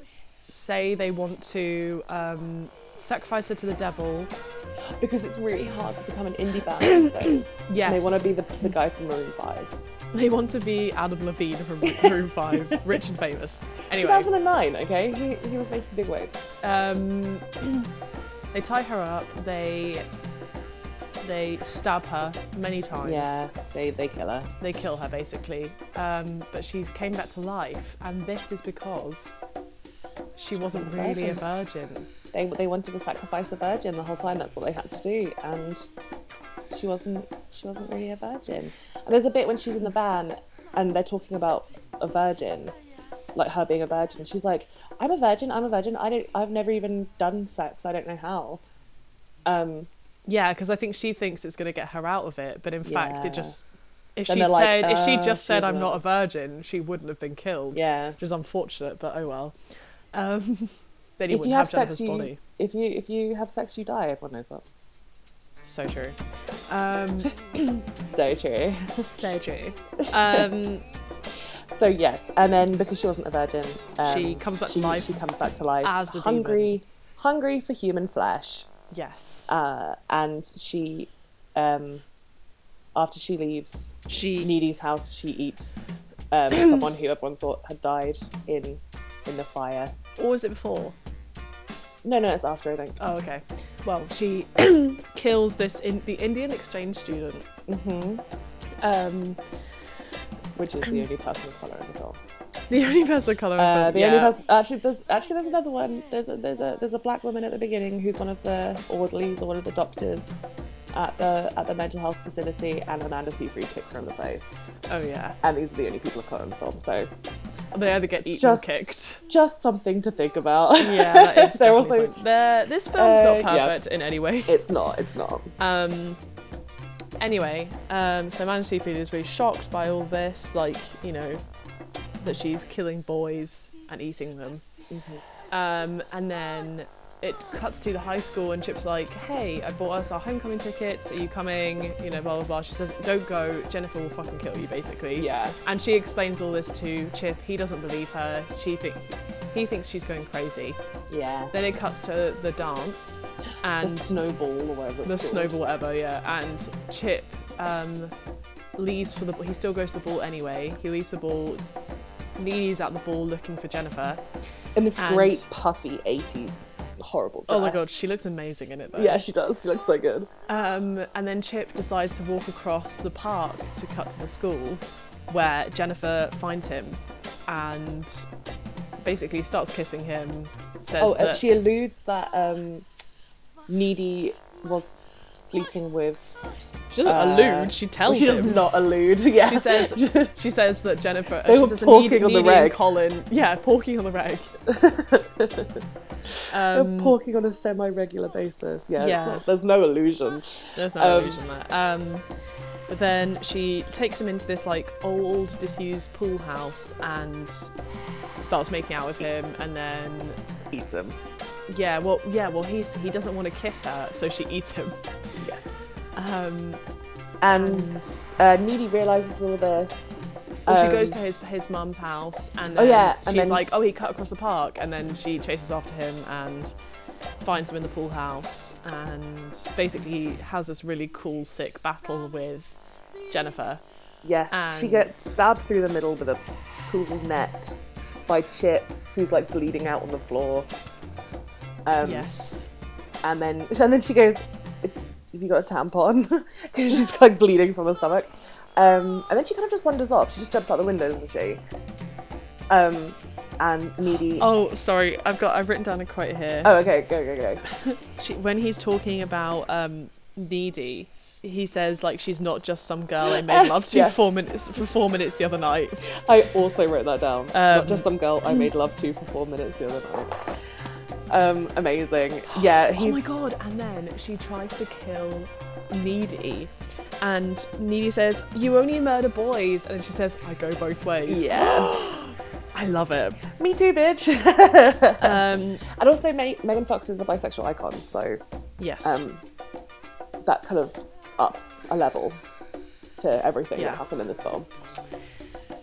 say they want to um, sacrifice her to the devil.
because it's really hard to become an indie band these days.
Yes.
And they want to be the, the guy from Maroon Five.
They want to be Adam Levine from Room Five, rich and famous. Anyway,
2009. Okay, he, he was making big waves.
Um, they tie her up. They they stab her many times.
Yeah, they they kill her.
They kill her basically. Um, but she came back to life, and this is because she wasn't
a
really a virgin.
they they wanted to sacrifice a virgin the whole time. That's what they had to do, and she wasn't she wasn't really a virgin. And there's a bit when she's in the van and they're talking about a virgin, like her being a virgin. She's like, "I'm a virgin. I'm a virgin. I don't. I've never even done sex. I don't know how." Um,
Yeah, because I think she thinks it's going to get her out of it, but in fact,
Yeah.
it just if
Then
she
they're like,
said if she
"Uh,
just
she
said
was
I'm
a-
not a virgin, she wouldn't have been killed.
yeah.
which is unfortunate, but oh well. Um, then he
If you
wouldn't
have
have,
sex,
Jennifer's
you
body.
if you if you have sex, you die. Everyone knows that.
So true. Um,
So true.
So true. Um,
So yes, and then because she wasn't a virgin, um,
She comes back to
she-
life
She comes back to life
as a
hungry, hungry for human flesh.
yes.
uh, and she um, after she leaves
she
Needy's house she eats um, someone who everyone thought had died in in the fire
or was it before?
no no it's after I think
Oh, okay. Well, she kills this in the Indian exchange student.
mm-hmm.
Um,
which is the only person of colour in the film
The only person of colour. in
Uh,
film,
the
yeah.
only person, actually, there's actually there's another one. There's a there's a there's a black woman at the beginning who's one of the orderlies or one of the doctors at the at the mental health facility, and Amanda Seyfried kicks her in the face.
Oh yeah.
And these are the only people of color in the film, so
They either get eaten
Just-
or kicked.
just something to think about.
Yeah, that is
They're
definitely
also-
something. They're- this film's
Uh,
not
yeah.
perfect in any way.
It's not. It's not.
Um, anyway, um, so Amanda Seyfried is really shocked by all this, like, you know, that she's killing boys and eating them. Um, and then it cuts to the high school, and Chip's like, hey, I bought us our homecoming tickets, are you coming? You know, blah, blah, blah. She says, don't go, Jennifer will fucking kill you, basically.
Yeah.
And she explains all this to Chip. He doesn't believe her. She think he thinks she's going crazy.
Yeah.
Then it cuts to the dance,
The
and
snowball or whatever. It's
the
called.
snowball whatever yeah and chip um, leaves for the he still goes to the ball anyway he leaves the ball knees at the ball looking for jennifer
in this
and-
great puffy '80s horrible. Dress.
oh my god she looks amazing in it though
yeah, she does. She looks so good.
um, and then chip decides to walk across the park to cut to the school where jennifer finds him and basically starts kissing him says
Oh,
that
and she alludes that um, Needy was sleeping with.
she doesn't
uh,
allude she tells
she does
him
not allude. Yeah,
She says she says that Jennifer
They
she
were
says that
porking
Needy-
on the
Needy and
reg.
Colin, yeah, porking on the reg.
they're
um,
porking on a semi-regular basis. Yeah, it's
Yeah.
not- there's no illusion.
there's no
um,
illusion there. Um, but then she takes him into this like old disused pool house and starts making out with him and then
Eats him.
yeah well yeah well he's he doesn't want to kiss her so she eats him
Yes.
um
And
and
uh, Needy realizes all this.
well, she
um,
goes to his his mum's house and
Oh,
then
yeah, and
she's
then-
like oh he cut across the park and then she chases after him and finds him in the pool house and basically has this really cool sick battle with Jennifer
Yes, she
and-
gets stabbed through the middle with a pool net by Chip, who's like bleeding out on the floor. Um,
yes
and then and then she goes, it's, "Have you got a tampon?" 'Cause she's like bleeding from her stomach. Um, and then she kind of just wanders off. She just jumps out the window, doesn't she? Um, and needy.
oh sorry I've got I've written down a quote here
Oh, okay, go, go, go.
she, when he's talking about um, needy he says like she's not just some girl I made love to
Yeah.
four minutes for four minutes the other night
I also wrote that down.
Um,
Not just some girl I made love to for four minutes the other night. Um, amazing. Yeah, he's
Oh my god, and then she tries to kill Needy. And Needy says, You only murder boys. And then she says, I go both ways.
yeah.
I love it.
Me too, bitch.
Um,
and also, Me- Megan Fox is a bisexual icon, so
yes.
um, that kind of ups a level to everything
Yeah.
that happened in this film.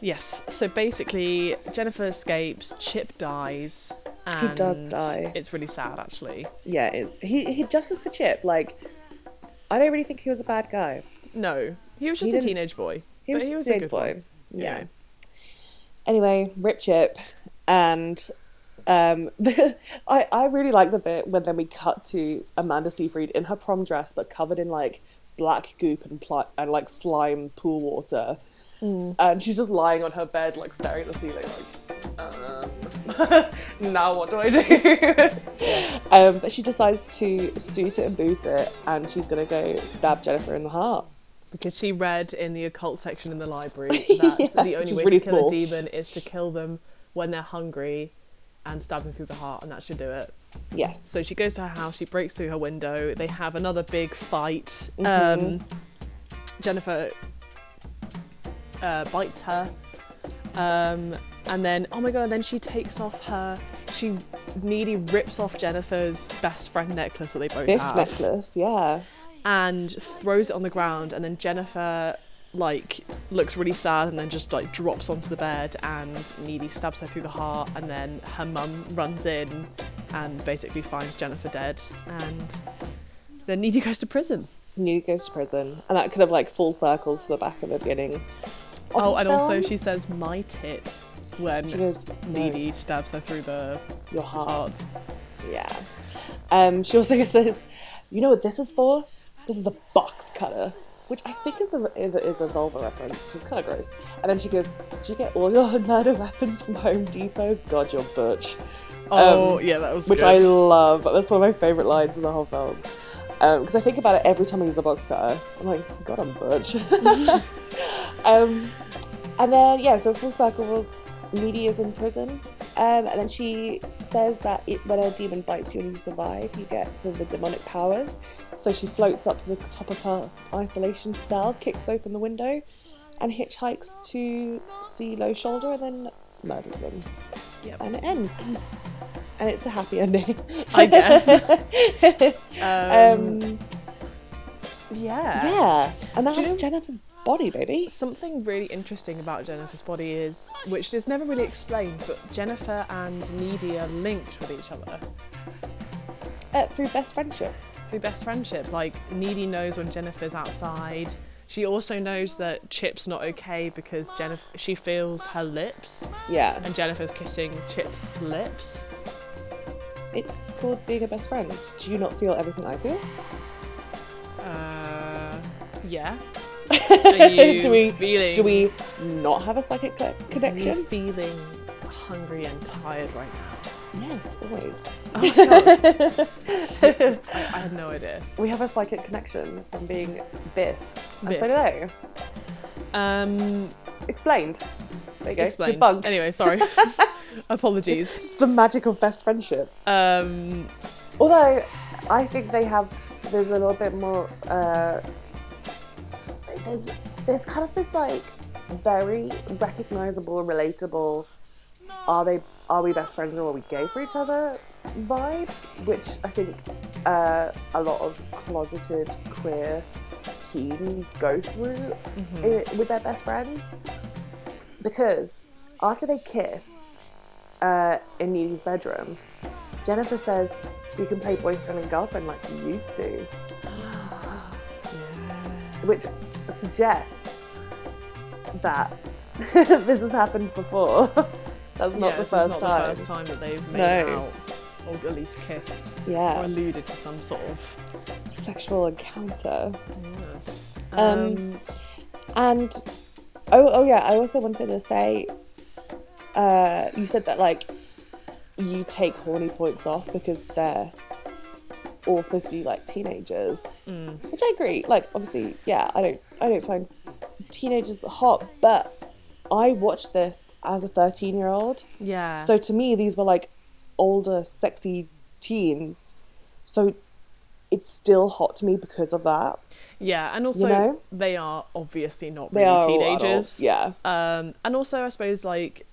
yes. So basically, Jennifer escapes, Chip dies. And
does die.
It's really sad, actually.
Yeah, it is. He he justice for Chip. Like, I don't really think he was a bad guy.
No, he was just a
didn't-
teenage boy.
He
But
was, a teenage boy.
you
Yeah.
know.
Anyway, rip Chip, and um, I I really like the bit when then we cut to Amanda Seyfried in her prom dress, but covered in like black goop and pl- and like slime pool water. And she's just lying on her bed, like staring at the ceiling, like, um, now what do I do? Um, but she decides to suit it and boot it, and she's gonna go stab Jennifer in the heart.
Because she read in the occult section in the library that the
which
only
is
way
really
to kill
small.
a demon is to kill them when they're hungry and stab them through the heart, and that should do it.
Yes.
So she goes to her house, she breaks through her window, they have another big fight. Um, Jennifer uh, bites her. Um, and then, oh my god, and then she takes off her. She needy rips off Jennifer's best friend necklace that they both
Biff
have
necklace, yeah.
and throws it on the ground and then Jennifer like looks really sad and then just like drops onto the bed and Needy stabs her through the heart and then her mum runs in and basically finds Jennifer dead and then Needy goes to prison.
New goes to prison, and that kind of like full circles to the back of the beginning. of
Oh,
the
and also
film.
she says my tit when
She goes needy
Needy stabs her through the
your heart.
heart.
Yeah. Um, she also says, "You know what this is for? This is a box cutter." which I think is a, is a, is a vulva reference, which is kind of gross. And then she goes, "Do you get all your murder weapons from Home Depot? God, you're butch."
Oh, yeah, that was
Um, which
good.
I love. That's one of my favorite lines in the whole film. Because I think about it every time I use a box cutter. I'm like, God, I'm butch. um, and then yeah, so full circle was Needy is in prison, um, and then she says that it, when a demon bites you and you survive, you get some of the demonic powers. So she floats up to the top of her isolation cell, kicks open the window, and hitchhikes to see Low Shoulder, and then murders them. And it ends. And it's a happy ending.
I guess.
Um,
yeah.
yeah. And that
Do you
was
know-
Jennifer's body, baby.
Something really interesting about Jennifer's body is, which is never really explained, but Jennifer and Needy are linked with each other
Uh, through best friendship.
through best friendship. Like, Needy knows when Jennifer's outside. She also knows that Chip's not okay because Jennifer she feels her lips
Yeah.
and Jennifer's kissing Chip's lips.
It's called being a best friend. Do you not feel everything I feel?
Uh, yeah. Are you
Do we-
feeling?
Do we not have a psychic co-
Are you
connection?
feeling hungry and tired right now?
Yes, always.
I, I had no idea.
We have a psychic connection from being biffs. And so do
Biffs.
they.
Um,
Explained. There you go.
explained.
Debunked.
Anyway, sorry. Apologies.
It's the magic of best friendship.
Um,
Although I think they have, there's a little bit more. Uh, there's there's kind of this like very recognizable, relatable. Are they are we best friends or are we gay for each other? Vibe, which I think uh, a lot of closeted queer teens go through i- with their best friends because after they kiss uh, in Needy's bedroom, Jennifer says you can play boyfriend and girlfriend like you used to. Which suggests that this has happened before. That's not
yeah,
the
this
first
is not
time.
the first time that they've made
No. Uh,
out, or at least kissed, or
Yeah,
alluded to some sort of.
sexual encounter.
Yes.
Um, And oh, oh yeah, I also wanted to say, uh, you said that like you take horny points off because they're all supposed to be like teenagers, which I agree. Like obviously, yeah, I don't, I don't find teenagers hot, but I watched this as a thirteen-year-old.
yeah.
So to me, these were like older, sexy teens. So it's still hot to me because of that.
yeah, and also
know?
they are obviously not
They
really
are all adults,
teenagers.
yeah.
Um, and also I suppose like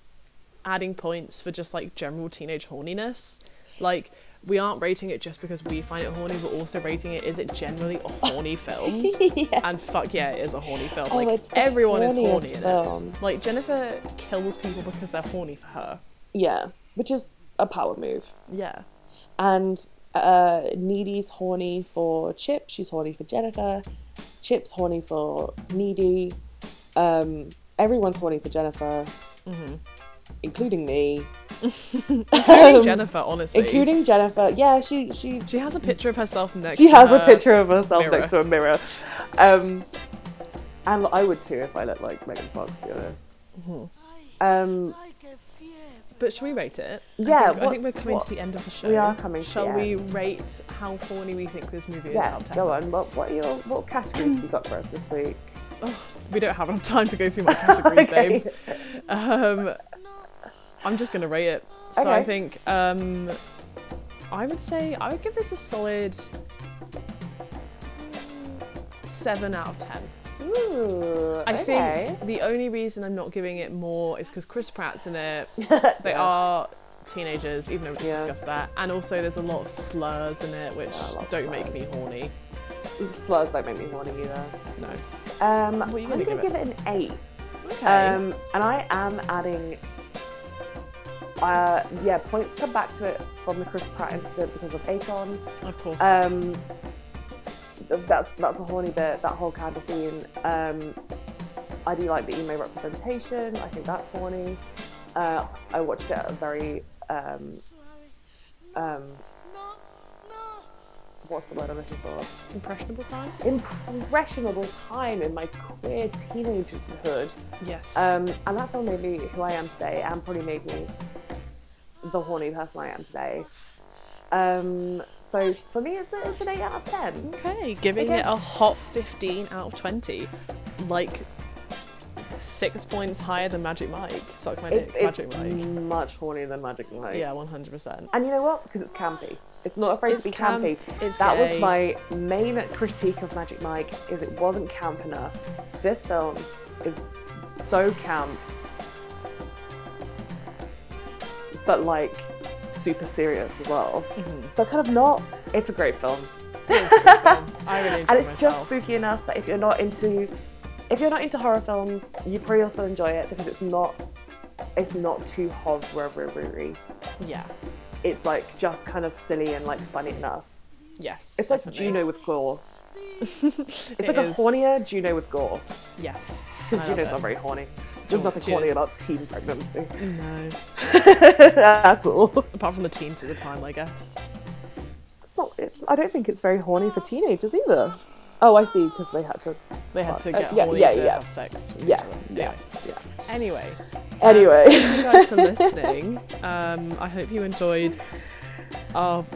adding points for just like general teenage horniness, like. We aren't rating it just because we find it horny, but also rating it is it generally a horny film?
yeah.
And fuck yeah, it is a horny film.
Oh,
like
it's the
everyone is
horniest
horny in
film.
it. Like Jennifer kills people because they're horny for her.
Yeah, which is a power move.
Yeah.
And uh, Needy's horny for Chip. She's horny for Jennifer. Chip's horny for Needy. Um, everyone's horny for Jennifer,
Mm-hmm.
including me,
Including Jennifer, honestly.
Um, including Jennifer. Yeah, she she
she has a picture of herself next.
she
to
has a
her.
picture of herself
mirror.
next to a mirror. Um, and I would too if I looked like Megan Fox, to be honest. Um,
Mm-hmm. But shall we rate it? I
Yeah,
think- I think,
what's-
we're coming
what-
to the end of the show.
we are coming to
Shall
the
we
end.
rate how horny we think this movie is? out
yes,
of 10?
go on. What what are your what categories have you got for us this week?
We don't have enough time to go through my categories, babe. Um, I'm just gonna rate it. So I
Okay.
think um, I would say I would give this a solid seven out of ten.
Ooh, okay.
I think the only reason I'm not giving it more is because Chris Pratt's in it. They are teenagers, even though we just
Yeah.
discussed that. And also, there's a lot of slurs in it, which
a lot of
don't make
slurs.
me horny.
slurs don't make me horny either.
No.
Um,
are you
I'm
gonna
gonna
give
give it? an eight.
Okay.
Um, and I am adding. Uh, yeah, points come back to it from the Chris Pratt incident because of Akon.
of course.
Um, th- that's that's a horny bit. That whole kind of scene. Um, I do like the emo representation. I think that's horny. Uh, I watched it at a very um, um, what's the word I'm looking for?
Impressionable time?
Impressionable time in my queer teenagerhood.
Yes.
Um, and that film made me who I am today, and probably made me the horny person I am today. Um, so for me, it's, a, it's an eight out of ten.
okay, giving
okay.
it a hot 15 out of 20. Like, six points higher than Magic Mike. Suck my
It's,
dick,
it's
Magic Mike.
much hornier than Magic Mike.
Yeah, 100%.
And you know what? Because it's campy. It's not afraid
It's
to be
camp-
campy.
it's
that
gay.
was my main critique of Magic Mike is it wasn't camp enough. This film is so camp, but like super serious as well. But kind of not. It's a great film,
I really enjoyed
and it's
myself.
just spooky enough that if you're not into if you're not into horror films, you probably will still enjoy it because it's not it's not too horror.
Yeah.
It's like just kind of silly and like funny enough.
Yes.
It's like
definitely.
Juno with gore. it's
It
like a
is.
hornier Juno with gore.
Yes. I
Because
love
Juno's
it.
not very horny. There's
Oh,
nothing
Juno's-
horny about teen pregnancy
No.
at all.
Apart from the teens at the time, I guess.
It's not. It's, I don't think it's very horny for teenagers either. Oh, I see. Because they had to.
They had to
Uh,
get
yeah,
horny
yeah,
to
yeah.
have sex. with
Yeah,
each other.
yeah, yeah.
Anyway,
Anyway,
Um, thank you guys for listening. Um, I hope you enjoyed our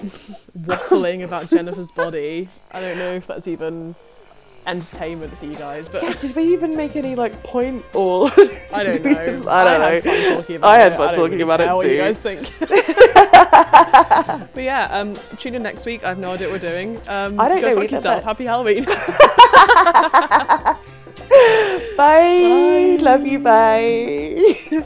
waffling about Jennifer's body. I don't know if that's even entertainment for you guys, but
did we even make any like point or?
I
did
don't know.
we just- I don't know.
had fun talking about
I had
it.
fun
don't
talking
really
about
care
it
What you
too.
guys think? but yeah, um, tune in next week. I have no idea what we're doing. Um,
I don't
go
know
fuck
either,
yourself.
but-
Happy Halloween.
Bye. Love you. Bye.